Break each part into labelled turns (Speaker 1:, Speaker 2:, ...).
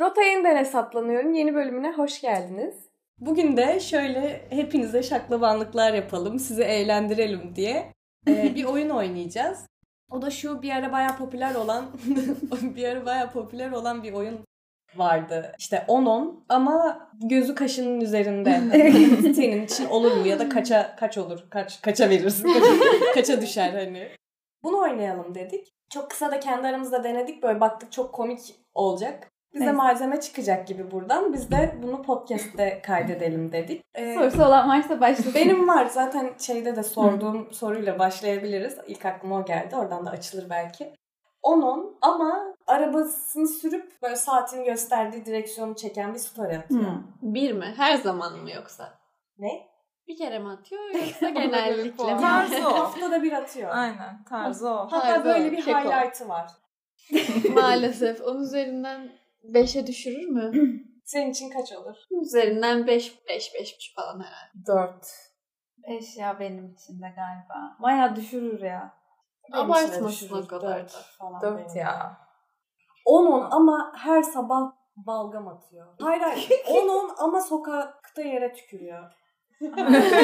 Speaker 1: Rota yeniden hesaplanıyorum. Yeni bölümüne hoş geldiniz.
Speaker 2: Bugün de şöyle hepinize şaklabanlıklar yapalım, sizi eğlendirelim diye e, bir oyun oynayacağız. O da şu bir ara bayağı popüler olan bir ara bayağı popüler olan bir oyun vardı. İşte 10-10 ama gözü kaşının üzerinde. Senin için olur mu ya da kaça kaç olur? Kaç kaça verirsin? Kaça, kaça düşer hani? Bunu oynayalım dedik. Çok kısa da kendi aramızda denedik. Böyle baktık çok komik olacak. Bize
Speaker 3: Evet.
Speaker 2: malzeme çıkacak gibi buradan. Biz de bunu podcast'te kaydedelim dedik. Ee,
Speaker 3: Sorusu olan varsa başlasın.
Speaker 2: benim var zaten şeyde de sorduğum soruyla başlayabiliriz. İlk aklıma o geldi. Oradan da açılır belki. 10-10 ama arabasını sürüp böyle saatini gösterdiği direksiyonu çeken bir story atıyor.
Speaker 3: Hmm.
Speaker 4: Bir mi? Her zaman mı yoksa?
Speaker 2: Ne?
Speaker 4: Bir kere mi atıyor yoksa
Speaker 5: puan.
Speaker 4: genellikle mi?
Speaker 5: Tarzı o.
Speaker 2: Haftada bir atıyor.
Speaker 5: Aynen tarzı o.
Speaker 2: Hatta
Speaker 4: Tarzı o,
Speaker 2: böyle bir
Speaker 4: keko.
Speaker 2: highlight'ı var.
Speaker 4: Maalesef. Onun üzerinden 5'e düşürür mü?
Speaker 2: Senin için kaç olur?
Speaker 4: Onun üzerinden 5, 5, 5 falan herhalde.
Speaker 2: 4.
Speaker 3: Beş ya benim için de galiba. Baya düşürür ya.
Speaker 4: Abartmasın o kadar da.
Speaker 5: Dört ya.
Speaker 2: 10-10 ama her sabah balgam atıyor. Hayır hayır. 10-10 ama sokakta yere tükürüyor.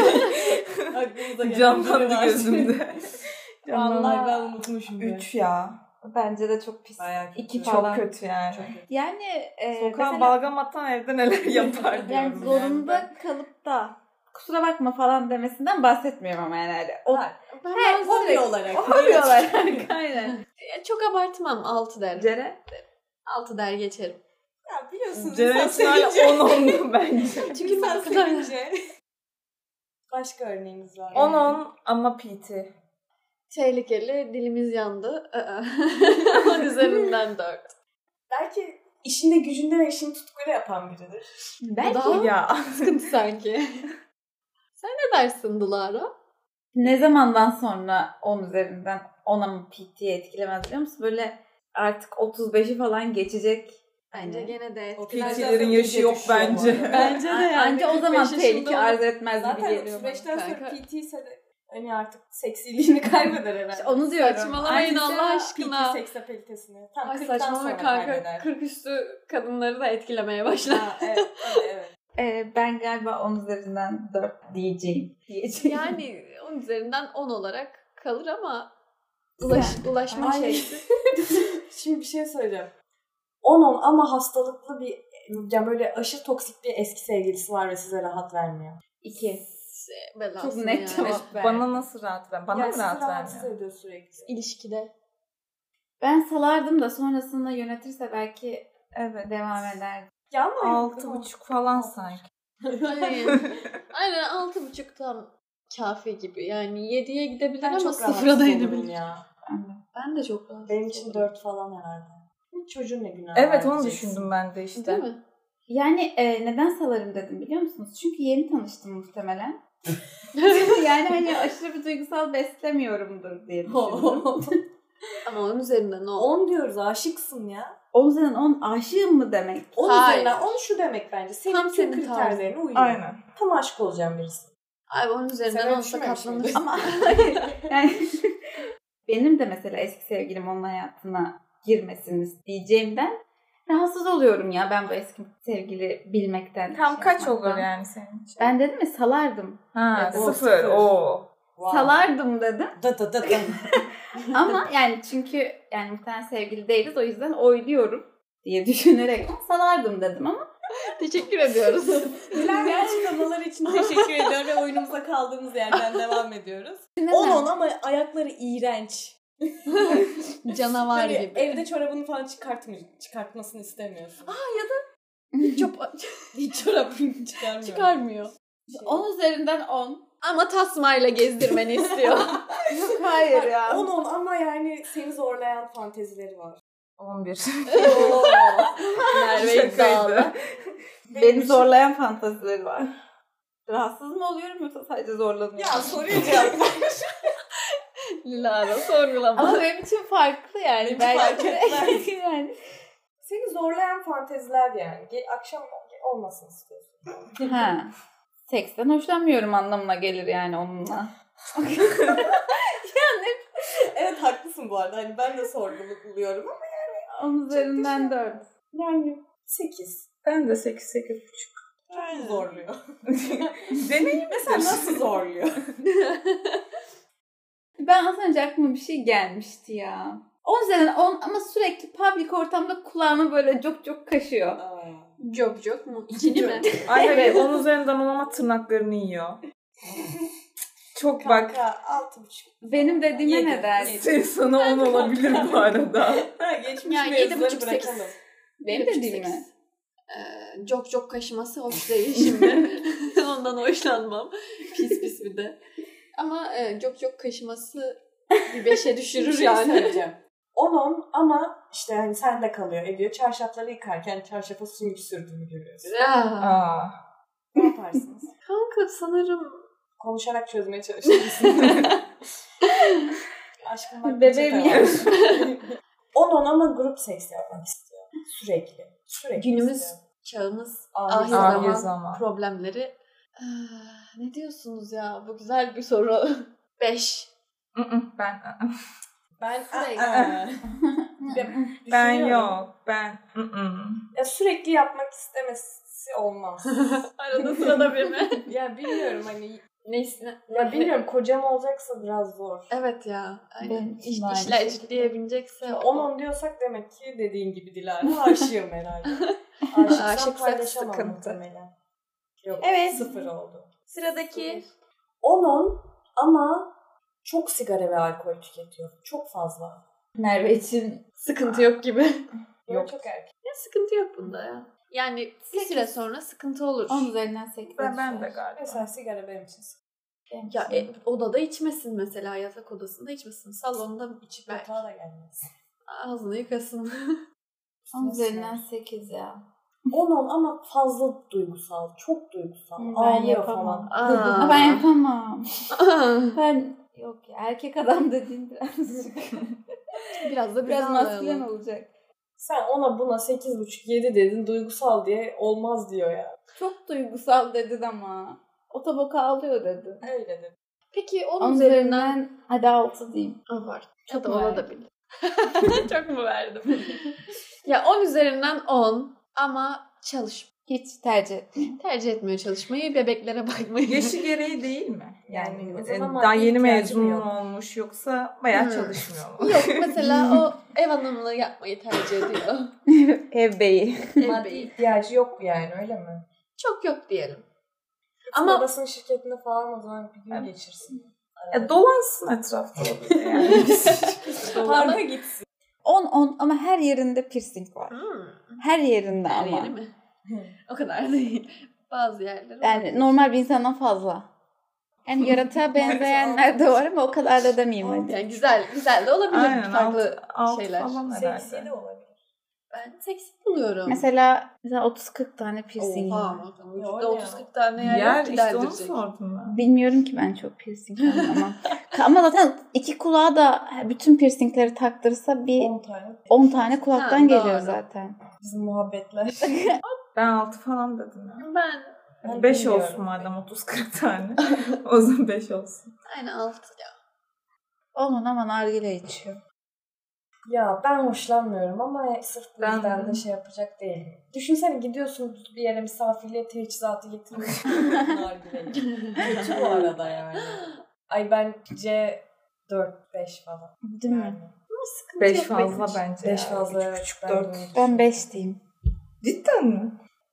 Speaker 2: Aklınıza gelen biri var.
Speaker 5: Canlandı gözümde.
Speaker 2: Vallahi
Speaker 3: Vallahi
Speaker 2: ben unutmuşum. bile.
Speaker 5: Üç ya.
Speaker 3: Bence de çok pis.
Speaker 2: Bayağı kötü.
Speaker 3: İki
Speaker 2: Çok
Speaker 3: falan.
Speaker 5: Çok kötü yani. Ee,
Speaker 2: Çok kötü.
Speaker 3: Yani e,
Speaker 5: Sokağa
Speaker 3: mesela-
Speaker 5: balgam atan evde neler yapar diyorum.
Speaker 3: yani zorunda kalıp da kusura bakma falan demesinden bahsetmiyorum ama yani. öyle. O,
Speaker 2: Hayır.
Speaker 4: Ben
Speaker 3: He,
Speaker 4: bazen-
Speaker 2: Hobi olarak.
Speaker 3: o hobi olarak. Aynen.
Speaker 4: Ya çok abartmam. 6 der.
Speaker 3: Cere.
Speaker 4: 6 der geçerim.
Speaker 2: Ya biliyorsunuz insan sevince.
Speaker 5: Generasyonel 10 10'du bence.
Speaker 4: Çünkü
Speaker 2: insan
Speaker 4: bu kadar-
Speaker 3: şey
Speaker 2: sevince. Başka örneğimiz var.
Speaker 5: 10 10 ama PT.
Speaker 4: Tehlikeli dilimiz yandı. Aa. Onun üzerinden 4.
Speaker 2: Belki işinde gücünde ve işini tutkuyla yapan biridir.
Speaker 3: Belki.
Speaker 4: Daha
Speaker 5: Ya.
Speaker 4: sıkıntı sanki. Sen ne dersin Dilara?
Speaker 3: Ne zamandan sonra 10 üzerinden 10'a mı PT'ye etkilemez biliyor musun? Böyle artık 35'i falan geçecek.
Speaker 4: Bence gene de
Speaker 2: O
Speaker 4: etkiler.
Speaker 2: PT'lerin
Speaker 5: PT'lerin yaşı yok
Speaker 2: Düşüyor bu arada.
Speaker 5: bence.
Speaker 4: Bence de yani.
Speaker 3: Anca o zaman
Speaker 4: 45 yaşında
Speaker 3: tehlike
Speaker 4: olan-
Speaker 3: arz etmez gibi
Speaker 2: Zaten
Speaker 3: geliyor. bana.
Speaker 2: 35'ten sonra
Speaker 4: Kanka.
Speaker 2: PT ise de hani artık seksiliğini kaybeder herhalde.
Speaker 3: İşte onu diyorum.
Speaker 4: Saçmalamayın
Speaker 3: Ayrıca
Speaker 2: PT
Speaker 4: Allah aşkına.
Speaker 2: seksapalitesini. Tam
Speaker 4: Ay
Speaker 2: 40'tan sonra
Speaker 4: saçmalama
Speaker 2: kaybeder.
Speaker 4: kanka. 40 üstü kadınları da etkilemeye başlar.
Speaker 2: Ha, evet, öyle, evet.
Speaker 3: e, ben galiba 10 üzerinden 4 diyeceğim. diyeceğim.
Speaker 4: yani onun üzerinden 10 olarak kalır ama ulaş, ulaşma
Speaker 2: Ay.
Speaker 4: şeysi.
Speaker 2: Şimdi bir şey söyleyeceğim. 10-10 ama hastalıklı bir yani böyle aşırı toksik bir eski sevgilisi var ve size rahat vermiyor.
Speaker 3: 2.
Speaker 4: belası
Speaker 3: Çok net
Speaker 4: yani.
Speaker 3: cevap ver.
Speaker 5: Bana nasıl rahat ver? Bana
Speaker 2: yani
Speaker 5: mı
Speaker 2: sizi
Speaker 5: rahat
Speaker 2: rahatsız
Speaker 5: vermiyor?
Speaker 2: ediyor sürekli.
Speaker 4: İlişkide.
Speaker 3: Ben salardım da sonrasında yönetirse belki
Speaker 5: Evet.
Speaker 3: devam ederdim.
Speaker 2: Yanmıyor mu?
Speaker 5: Altı buçuk falan sanki.
Speaker 4: Aynen. Aynen 6.5 tam kafi gibi. Yani 7'ye gidebilir
Speaker 2: Ben
Speaker 4: ama
Speaker 2: çok rahatsız
Speaker 4: sıfıra da
Speaker 2: olurum
Speaker 4: inebilir.
Speaker 2: ya.
Speaker 4: Ben de çok rahatsız
Speaker 2: Benim için
Speaker 4: olurum.
Speaker 2: 4 falan herhalde. Çocuğun ne günahı
Speaker 5: Evet
Speaker 2: var
Speaker 5: onu
Speaker 2: diyeceksin.
Speaker 5: düşündüm ben de işte.
Speaker 4: Değil mi?
Speaker 3: Yani e, neden salarım dedim biliyor musunuz? Çünkü yeni tanıştım muhtemelen. yani hani aşırı bir duygusal beslemiyorumdur diye düşündüm.
Speaker 4: ama onun üzerinden ne oldu?
Speaker 2: 10 diyoruz aşıksın ya.
Speaker 3: 10 üzerinden 10 aşığım mı demek?
Speaker 2: 10
Speaker 4: Hayır.
Speaker 2: üzerinden 10 şu demek bence. Senin
Speaker 4: Tam
Speaker 2: tüm
Speaker 4: senin
Speaker 2: kriterlerine uyuyor.
Speaker 5: Aynen.
Speaker 2: Tam aşık olacağım birisi.
Speaker 4: Ay onun üzerinden
Speaker 2: Sen
Speaker 4: olsa
Speaker 2: ölçmemiş
Speaker 4: katlanır.
Speaker 2: miydin?
Speaker 3: Ama yani benim de mesela eski sevgilim onun hayatına girmesini isteyeceğimden rahatsız oluyorum ya ben bu eski sevgili bilmekten.
Speaker 5: Tam
Speaker 3: şey
Speaker 5: kaç olur
Speaker 3: yapmaktan.
Speaker 5: yani senin için?
Speaker 3: Ben dedim ya salardım.
Speaker 5: Ha,
Speaker 2: Evet, o
Speaker 5: sıfır.
Speaker 2: sıfır.
Speaker 5: Oo.
Speaker 2: Wow.
Speaker 3: Salardım dedim.
Speaker 2: Da da da da.
Speaker 3: Ama yani çünkü yani muhtemelen sevgili değiliz o yüzden oyluyorum diye düşünerek salardım dedim ama
Speaker 4: Teşekkür ediyoruz.
Speaker 2: Güzel açıklamalar için teşekkür ediyorum ve oyunumuza kaldığımız yerden devam ediyoruz. 10-10 ama ayakları iğrenç.
Speaker 4: Canavar
Speaker 2: Böyle
Speaker 4: gibi. Ah!
Speaker 2: Evde çorabını falan çıkartmıyor, çıkartmasını istemiyorsun.
Speaker 4: Çok
Speaker 2: Hiç çorabını çıkarmıyor.
Speaker 4: çıkarmıyor.
Speaker 3: 10 üzerinden 10.
Speaker 4: Ama tasmayla gezdirmeni istiyor.
Speaker 3: Yok hayır ya.
Speaker 2: 10-10 ama yani seni zorlayan fantezileri var.
Speaker 5: 11.
Speaker 4: Merve iddialı.
Speaker 3: Beni zorlayan fantazileri var. Rahatsız mı oluyorum yoksa sadece zorlanıyorum?
Speaker 2: ya soruyu cevap
Speaker 4: Lara sorgulama.
Speaker 3: Ama benim için farklı yani.
Speaker 2: Benim
Speaker 3: ben
Speaker 2: fark etmez.
Speaker 3: yani.
Speaker 2: Seni zorlayan fanteziler yani. Ge- Akşam olmasını istiyorsun.
Speaker 3: Ha. Seksten hoşlanmıyorum anlamına gelir yani onunla.
Speaker 2: evet haklısın bu arada. Hani ben de sorguluyorum ama.
Speaker 3: Onun üzerinden dört.
Speaker 2: Yani
Speaker 5: 8. Ben de 8 8 buçuk.
Speaker 4: Aynen.
Speaker 5: Zorluyor. Deneyi mesela nasıl zorluyor?
Speaker 3: Ben az önce aklıma bir şey gelmişti ya. 10 üzerinden 10 ama sürekli public ortamda kulağımı böyle çok çok kaşıyor.
Speaker 4: Job job mu? İkili mi?
Speaker 5: Ay evet.
Speaker 3: Evet.
Speaker 5: Onun üzerinden on ama tırnaklarını yiyor. Çok bak.
Speaker 2: Kanka altı buçuk.
Speaker 3: Benim dediğime
Speaker 2: Yedi,
Speaker 3: ne dersin?
Speaker 5: Sen sana 10 olabilir bu arada.
Speaker 2: Ha, geçmiş
Speaker 4: Ya, yedi
Speaker 2: mevzuları
Speaker 4: buçuk,
Speaker 2: bırakalım.
Speaker 3: Benim
Speaker 4: Üç,
Speaker 3: dediğime.
Speaker 4: sekiz. Ee, Çok çok kaşıması hoş değil şimdi. Ondan hoşlanmam. Pis pis bir de. Ama e, çok çok kaşıması bir beşe
Speaker 2: Bir
Speaker 4: düşürür
Speaker 2: şey
Speaker 4: yani.
Speaker 2: söyleyeceğim. 10-10 ama işte hani sende kalıyor ediyor. Çarşafları yıkarken çarşafa su sürdüğünü görüyorsun.
Speaker 4: Aa,
Speaker 5: Aa.
Speaker 2: Ne yaparsınız?
Speaker 4: Kanka sanırım
Speaker 2: Konuşarak çözmeye çalışırsın. Aşkım bak şey
Speaker 3: Bebeğim ya.
Speaker 2: 10 10 ama grup seks yapmak istiyor. Sürekli. Sürekli
Speaker 4: Günümüz-
Speaker 2: istiyor.
Speaker 4: çağımız
Speaker 2: Ahir
Speaker 4: ahir
Speaker 2: zaman.
Speaker 5: Ahir zaman.
Speaker 4: problemleri. Ee, ne diyorsunuz ya? Bu güzel bir soru. Beş.
Speaker 5: Hı hı, ben
Speaker 2: Ben
Speaker 4: Sürekli.
Speaker 2: Aa. Ben-
Speaker 5: ben
Speaker 2: düşünüyorum.
Speaker 5: yok. Ben. Hı hı.
Speaker 2: Ya sürekli yapmak istemesi olmaz.
Speaker 4: Arada sırada bir mi?
Speaker 2: ya bilmiyorum hani
Speaker 4: Neyse.
Speaker 2: ya bilmiyorum kocam olacaksa biraz zor.
Speaker 4: Evet ya. Aynen.
Speaker 3: Benim için
Speaker 4: İş,
Speaker 3: de aynı
Speaker 4: işler
Speaker 3: şekilde.
Speaker 4: ciddiyebilecekse.
Speaker 2: 10-10 diyorsak demek ki dediğin gibi Dilara aşığım herhalde. Aşıksan
Speaker 4: Aşıksak
Speaker 2: paylaşamam
Speaker 5: sıkıntı.
Speaker 2: muhtemelen. Yok
Speaker 3: Evet.
Speaker 2: sıfır oldu.
Speaker 4: Sıradaki.
Speaker 2: 10-10 ama çok sigara ve alkol tüketiyor. Çok fazla.
Speaker 3: Merve için
Speaker 4: Sıkıntı yok gibi.
Speaker 2: Yok. Çok erkek.
Speaker 4: Ya sıkıntı yok bunda ya. Yani bir süre sonra sıkıntı olur.
Speaker 3: 10 üzerinden 8.
Speaker 5: Ben, ben de galiba.
Speaker 2: Mesela sigara benim için sıkıntı.
Speaker 4: Ya e, odada içmesin mesela yatak odasında içmesin. Salonda içip belki.
Speaker 2: Yatağa da gelmez.
Speaker 4: Ağzını yıkasın.
Speaker 3: 10 üzerinden 8 ya.
Speaker 2: 10-10 ama fazla duygusal. Çok duygusal.
Speaker 3: Ben
Speaker 2: Ağlıyor
Speaker 3: yapamam.
Speaker 2: falan.
Speaker 3: Ama
Speaker 4: Aa.
Speaker 3: ben yapamam.
Speaker 4: Aa.
Speaker 3: Ben yok ya erkek adam dediğin birazcık
Speaker 4: Biraz da
Speaker 3: biraz
Speaker 4: biraz
Speaker 3: maskülen
Speaker 4: maskülen
Speaker 3: olacak.
Speaker 2: Sen ona buna 8,5-7 dedin duygusal diye olmaz diyor ya.
Speaker 3: Çok duygusal dedin ama. O tabak ağlıyor dedi.
Speaker 2: Öyle dedi.
Speaker 4: Peki onun
Speaker 3: Onun
Speaker 4: üzerinden
Speaker 3: üzerinden hadi 6 diyeyim.
Speaker 4: var. Ya da
Speaker 3: mu
Speaker 4: ona da bil. Çok mu verdim? ya 10 üzerinden 10 ama çalış.
Speaker 3: Hiç tercih etmiyorum.
Speaker 4: Tercih etmiyor çalışmayı, bebeklere bakmayı.
Speaker 5: Yaşı gereği değil mi? Yani
Speaker 2: Yani o
Speaker 5: e,
Speaker 2: zaman
Speaker 5: daha
Speaker 2: maddi
Speaker 5: yeni
Speaker 2: ihtiyacım
Speaker 5: mezun
Speaker 2: yok.
Speaker 5: olmuş yoksa bayağı
Speaker 4: Hı.
Speaker 5: çalışmıyor mu?
Speaker 4: Yok mesela o ev hanımlığı yapmayı tercih ediyor.
Speaker 5: Ev beyi.
Speaker 4: Ev
Speaker 2: Maddi
Speaker 4: beyi.
Speaker 2: ihtiyacı yok yani öyle mi?
Speaker 4: Çok yok diyelim.
Speaker 2: Ama
Speaker 4: Ama
Speaker 2: babasının şirketinde falan o zaman bir gün
Speaker 5: Evet.
Speaker 2: geçirsin.
Speaker 5: E, dolansın etrafta. Yani.
Speaker 2: Parka gitsin.
Speaker 3: 10-10 ama her yerinde piercing var.
Speaker 4: Hmm,
Speaker 3: Her yerinde
Speaker 4: her
Speaker 3: ama.
Speaker 4: yeri mi? O kadar değil. Bazı yerleri.
Speaker 3: Yani normal bir insandan fazla. Yani yaratığa benzeyenler de var ama o kadar da demeyeyim
Speaker 4: olabilir.
Speaker 3: hadi.
Speaker 4: Yani güzel, güzel de olabilir
Speaker 5: Aynen,
Speaker 4: farklı
Speaker 5: Alt
Speaker 4: şeyler.
Speaker 5: falan
Speaker 2: Seksi
Speaker 5: herhalde.
Speaker 2: de olabilir.
Speaker 4: Ben seksi buluyorum.
Speaker 3: Mesela, mesela 30-40 tane piercing var.
Speaker 4: Oha.
Speaker 2: Yok
Speaker 4: Vücutta
Speaker 2: ya.
Speaker 4: 30-40 tane yer,
Speaker 5: Yer
Speaker 4: yok ki
Speaker 5: işte onu
Speaker 4: deldirecek.
Speaker 5: sordum ben.
Speaker 3: Bilmiyorum ki ben çok piercing anlamam. ama zaten iki kulağa da bütün piercingleri taktırsa bir
Speaker 2: 10 tane.
Speaker 3: 10 tane kulaktan
Speaker 4: Ha,
Speaker 3: geliyor
Speaker 4: doğru.
Speaker 3: zaten.
Speaker 2: Bizim muhabbetler.
Speaker 5: Ben 6 falan dedim ya.
Speaker 4: Ben
Speaker 2: Ben
Speaker 5: 5
Speaker 2: bilmiyorum.
Speaker 5: olsun madem 30-40 tane. o zaman 5 olsun.
Speaker 4: aynı alt ya.
Speaker 3: Onun ama nargile içiyor.
Speaker 2: Ya ben hoşlanmıyorum ama sırf bu
Speaker 5: Ben-
Speaker 2: yüzden de şey yapacak değilim. Düşünsene gidiyorsunuz bir yere misafirliğe teçhizatı getirmiş. Nargile. Kötü bu arada yani. Ay bence 4-5 falan.
Speaker 3: Değil mi?
Speaker 2: Yani.
Speaker 4: Sıkıntı
Speaker 5: 5
Speaker 4: yok
Speaker 5: fazla
Speaker 4: benim için.
Speaker 5: bence.
Speaker 2: Beş
Speaker 5: ya.
Speaker 2: fazla,
Speaker 5: Üç
Speaker 2: evet.
Speaker 5: buçuk,
Speaker 2: Ben
Speaker 5: dört.
Speaker 2: de-
Speaker 3: Ben 5 diyeyim.
Speaker 5: Cidden mi?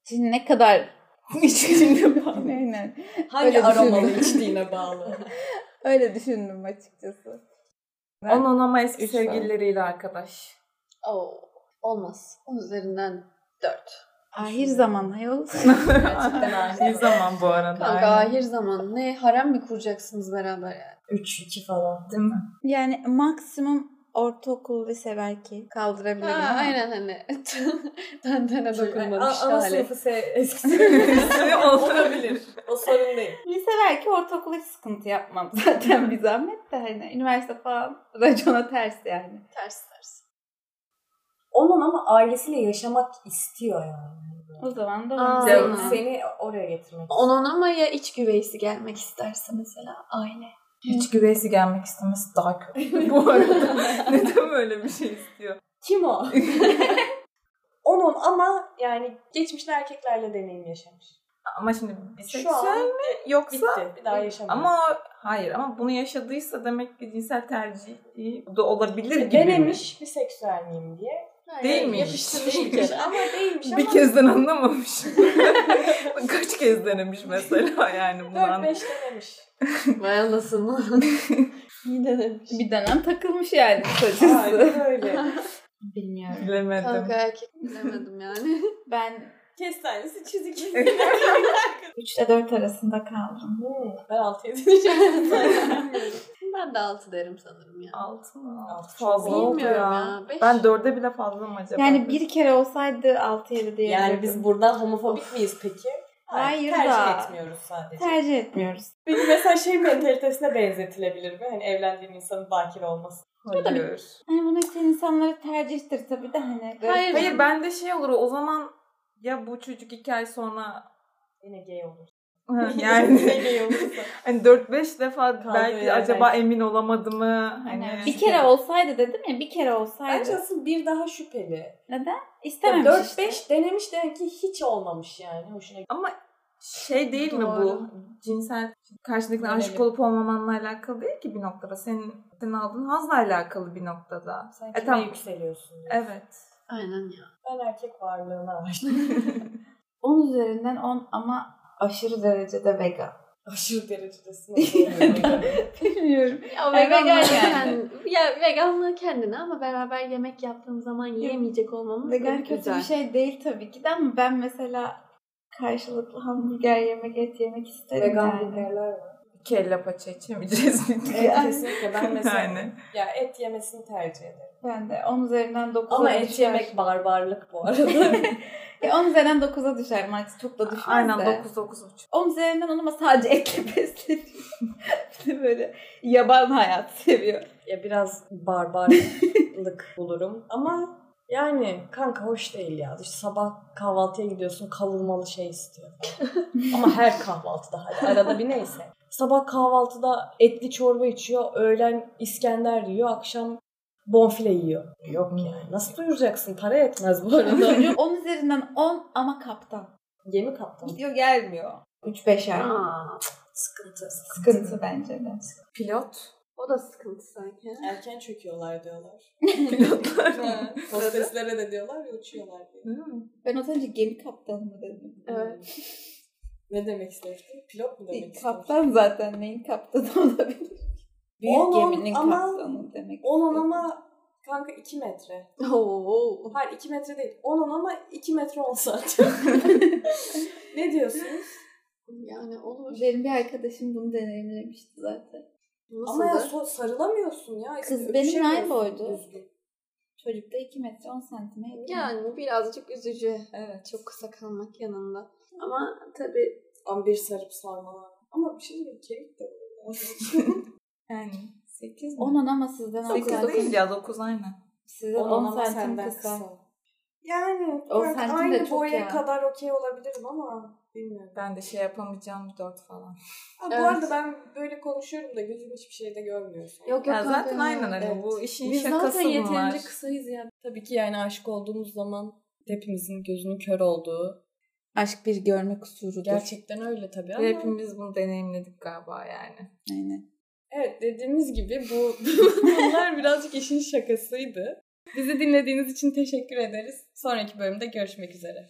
Speaker 3: Şimdi ne kadar
Speaker 5: İçinde var.
Speaker 3: Aynen.
Speaker 2: Hangi
Speaker 3: Öyle
Speaker 2: aromalı
Speaker 3: düşündüm.
Speaker 2: içtiğine bağlı.
Speaker 3: Öyle düşündüm açıkçası.
Speaker 2: Ben-
Speaker 5: Onun ama eski
Speaker 3: Üç falan.
Speaker 5: sevgilileriyle arkadaş.
Speaker 4: Oo, olmaz. 10 üzerinden 4.
Speaker 3: Ahir zaman ayol.
Speaker 2: Gerçekten
Speaker 5: Bir
Speaker 2: aynı.
Speaker 5: zaman bu arada.
Speaker 4: Kanka
Speaker 5: aynen.
Speaker 4: ahir zaman ne harem mi kuracaksınız beraber yani?
Speaker 2: 3-2 falan.
Speaker 5: Değil mi?
Speaker 3: Yani maksimum ortaokul lise belki kaldırabilirim.
Speaker 4: Ha,
Speaker 3: ama.
Speaker 4: aynen hani. Tantana dokunmamış
Speaker 2: Ana
Speaker 4: şey hali.
Speaker 2: sınıfı se- eskisi.
Speaker 5: Olabilir.
Speaker 2: o sorun değil.
Speaker 3: Lise belki ortaokul hiç sıkıntı yapmam zaten bir zahmet de hani üniversite falan racona ters yani.
Speaker 4: Ters ters.
Speaker 2: Onun ama ailesiyle yaşamak istiyor yani.
Speaker 3: O zaman da
Speaker 4: Aa.
Speaker 3: Sen-
Speaker 2: Seni,
Speaker 4: Aynen.
Speaker 2: seni oraya getirmek istiyor.
Speaker 4: Onun ama ya iç güveysi gelmek isterse mesela aile.
Speaker 5: Hiç güveysi gelmek istemesi daha kötü bu arada. Neden böyle bir şey istiyor?
Speaker 2: Kim o? 10 Tamam ama yani geçmişte erkeklerle deneyim yaşamış.
Speaker 5: Ama şimdi
Speaker 2: Şu
Speaker 5: biseksüel
Speaker 2: an
Speaker 5: mi yoksa?
Speaker 2: bitti. Bir daha yaşamıyor.
Speaker 5: Ama hayır ama bunu yaşadıysa demek ki cinsel tercihi de olabilir gibi. mi?
Speaker 2: E, denemiş bir seksüel miyim diye.
Speaker 5: Değilmiş.
Speaker 4: Yapıştırmış bir
Speaker 5: Değilmiş.
Speaker 4: kere.
Speaker 2: Ama değilmiş
Speaker 5: Bir kezden anlamamış. Kaç kez denemiş mesela yani bunu
Speaker 2: ama
Speaker 5: an-
Speaker 2: 4-5 denemiş.
Speaker 4: Vay anasını.
Speaker 2: İyi denemiş.
Speaker 3: Bir dönem takılmış yani kısacası.
Speaker 2: Aynen öyle.
Speaker 3: Bilmiyorum.
Speaker 5: bilemedim.
Speaker 4: Kanka erkek bilemedim yani.
Speaker 3: Ben
Speaker 2: Kestanesi çizik.
Speaker 3: 3 ile 4 arasında kaldım.
Speaker 2: Hmm, ben 6
Speaker 4: şey
Speaker 2: edeceğim.
Speaker 4: ben de altı derim sanırım ya.
Speaker 5: Altı mı?
Speaker 2: Altı
Speaker 5: fazla
Speaker 2: çok
Speaker 5: oldu ya.
Speaker 4: Bilmiyorum ya. Beş.
Speaker 5: Ben dörde bile fazla mı acaba?
Speaker 3: Yani bir kere olsaydı 6 7 diye.
Speaker 2: yani biz buradan homofobik miyiz peki?
Speaker 3: Hayır
Speaker 2: tercih
Speaker 3: da.
Speaker 2: etmiyoruz sadece.
Speaker 3: tercih etmiyoruz.
Speaker 2: Benim mesela şey mentalitesine benzetilebilir mi? Hani evlendiğin insanın bakire olması.
Speaker 5: Hayır.
Speaker 3: Hani bunu isteyen insanlara tercihtir tabii de hani. böyle-
Speaker 4: Hayır.
Speaker 5: Hayır bende şey olur o zaman ya bu çocuk iki ay sonra
Speaker 2: Yine gay olur.
Speaker 5: Ha,
Speaker 2: Yine
Speaker 5: yani
Speaker 2: gay olursa.
Speaker 5: hani 4-5 defa
Speaker 2: Kaldığı
Speaker 5: belki
Speaker 2: yerden.
Speaker 5: acaba emin olamadı mı? Hani,
Speaker 3: Hani bir kere olsaydı dedim ya bir kere olsaydı.
Speaker 2: şey Bence asıl bir daha şüpheli.
Speaker 3: Neden? İstememiş
Speaker 2: 4-5
Speaker 3: işte.
Speaker 2: denemiş demek ki hiç olmamış yani. Hoşuna
Speaker 5: Ama şey değil mi bu?
Speaker 4: Doğru.
Speaker 5: Cinsel karşındakine
Speaker 2: Yönelim.
Speaker 5: aşık olup olmamanla alakalı değil ki bir noktada. Senin, senin aldığın hazla alakalı bir noktada.
Speaker 2: Sen
Speaker 5: E,
Speaker 2: kime
Speaker 5: tamam.
Speaker 2: yükseliyorsun? diyor.
Speaker 5: Evet.
Speaker 4: Aynen ya.
Speaker 2: Ben erkek varlığına aşık.
Speaker 3: 10 üzerinden 10 ama aşırı derecede vegan.
Speaker 2: Aşırı derecedesine oluyor.
Speaker 3: Bilmiyorum.
Speaker 4: Ya
Speaker 3: vegan
Speaker 4: veganlığı
Speaker 3: yani.
Speaker 4: kendi- ya veganlığı kendine ama beraber yemek yaptığım zaman yiyemeyecek olmamız
Speaker 3: Vegan
Speaker 4: çok
Speaker 3: kötü
Speaker 4: güzel.
Speaker 3: bir şey değil tabii ki de ama ben mesela karşılıklı hamburger yemek, et yemek isterim
Speaker 2: Vegan
Speaker 3: yani.
Speaker 2: burgerler var.
Speaker 5: Kelle paça içemeyeceğiz.
Speaker 2: Evet kesinlikle ben mesela
Speaker 5: yani.
Speaker 2: ya et yemesini tercih ederim.
Speaker 3: Ben de 10 üzerinden 9'a
Speaker 2: Ama
Speaker 3: düşer.
Speaker 2: et yemek barbarlık bu arada.
Speaker 3: E, 10 üzerinden 9'a düşer. Max çok da düşmez
Speaker 5: Aynen
Speaker 3: de.
Speaker 5: 9-9.5.
Speaker 3: 10 üzerinden 10 ama sadece etle besleniyor. bir de böyle yaban hayatı seviyor.
Speaker 2: ya biraz barbarlık bulurum ama yani kanka hoş değil ya. İşte sabah kahvaltıya gidiyorsun kavurmalı şey istiyor. ama her kahvaltıda hadi arada bir neyse. Sabah kahvaltıda etli çorba içiyor, öğlen İskender yiyor, akşam bonfile yiyor. Yok yani nasıl doyuracaksın? Para yetmez bu arada.
Speaker 3: 10 üzerinden 10 ama kaptan.
Speaker 2: Gemi kaptanı.
Speaker 3: Gidiyor gelmiyor. 3-5'er.
Speaker 4: Aa,
Speaker 2: Sıkıntı.
Speaker 3: Sıkıntı bence de.
Speaker 5: Pilot.
Speaker 4: o da sıkıntı sanki.
Speaker 2: Erken çöküyorlar diyorlar.
Speaker 5: Pilotlar.
Speaker 2: Hosteslere de diyorlar ya uçuyorlar diye.
Speaker 5: Değil mi?
Speaker 3: Ben az önce gemi kaptanı mı dedim?
Speaker 4: Evet.
Speaker 2: Ne demek istemiştin? Pilot mu demek istemiştin?
Speaker 3: Kaptan zaten neyin kaptanı olabilir? Büyük
Speaker 2: On, on
Speaker 3: geminin
Speaker 2: ama-
Speaker 3: kaptanı demek.
Speaker 2: 10
Speaker 3: istedim.
Speaker 2: ama kanka 2 metre.
Speaker 4: Oo.
Speaker 2: Hayır 2 metre değil. 10 ama 2 metre 10 saat. ne diyorsunuz?
Speaker 4: Yani olur.
Speaker 3: Benim bir arkadaşım bunu deneyimlemişti zaten.
Speaker 4: Nasıl
Speaker 2: Ama ya
Speaker 4: da?
Speaker 2: so- sarılamıyorsun ya.
Speaker 3: Kız
Speaker 2: İşte
Speaker 3: benim
Speaker 2: öpüşemiyorsun
Speaker 3: aynı boydu.
Speaker 2: düzgün.
Speaker 3: Çocukta 2 metre 10 santime yakın.
Speaker 4: Yani birazcık üzücü.
Speaker 5: Evet.
Speaker 4: Çok kısa kalmak yanında. Ama tabii
Speaker 2: Ama bir sarıp sarmalar. Ama bir şey diyeyim kemik de var.
Speaker 5: Yani 8 mi?
Speaker 3: 10 ama sizden 10
Speaker 5: 8
Speaker 3: santim.
Speaker 5: değil ya 9 aynen.
Speaker 3: Sizden 10 santim kısa.
Speaker 2: Yani
Speaker 3: On
Speaker 2: kanka
Speaker 3: santim de
Speaker 2: aynı
Speaker 3: çok
Speaker 2: boya
Speaker 3: ya.
Speaker 2: kadar okey olabilirim ama bilmiyorum.
Speaker 5: Ben de şey yapamayacağım 4 falan.
Speaker 2: Ha, bu
Speaker 4: Evet.
Speaker 2: arada ben böyle konuşuyorum da gözüm hiçbir şeyde görmüyor. şu an.
Speaker 4: Yok,
Speaker 5: Ya
Speaker 4: yok,
Speaker 5: zaten
Speaker 4: kanka,
Speaker 5: aynen hani
Speaker 2: evet.
Speaker 5: bu işin
Speaker 4: biz
Speaker 5: şakası
Speaker 4: zaten
Speaker 5: bunlar.
Speaker 4: yeterince kısayız ya.
Speaker 2: Tabii ki yani aşık olduğumuz zaman hepimizin gözünün kör olduğu.
Speaker 3: Aşk bir görme kusurudur.
Speaker 2: Gerçekten öyle tabii ama.
Speaker 5: Ve hepimiz bunu deneyimledik galiba yani.
Speaker 3: Aynen.
Speaker 2: Evet dediğimiz gibi bu bunlar birazcık işin şakasıydı. Bizi dinlediğiniz için teşekkür ederiz. Sonraki bölümde görüşmek üzere.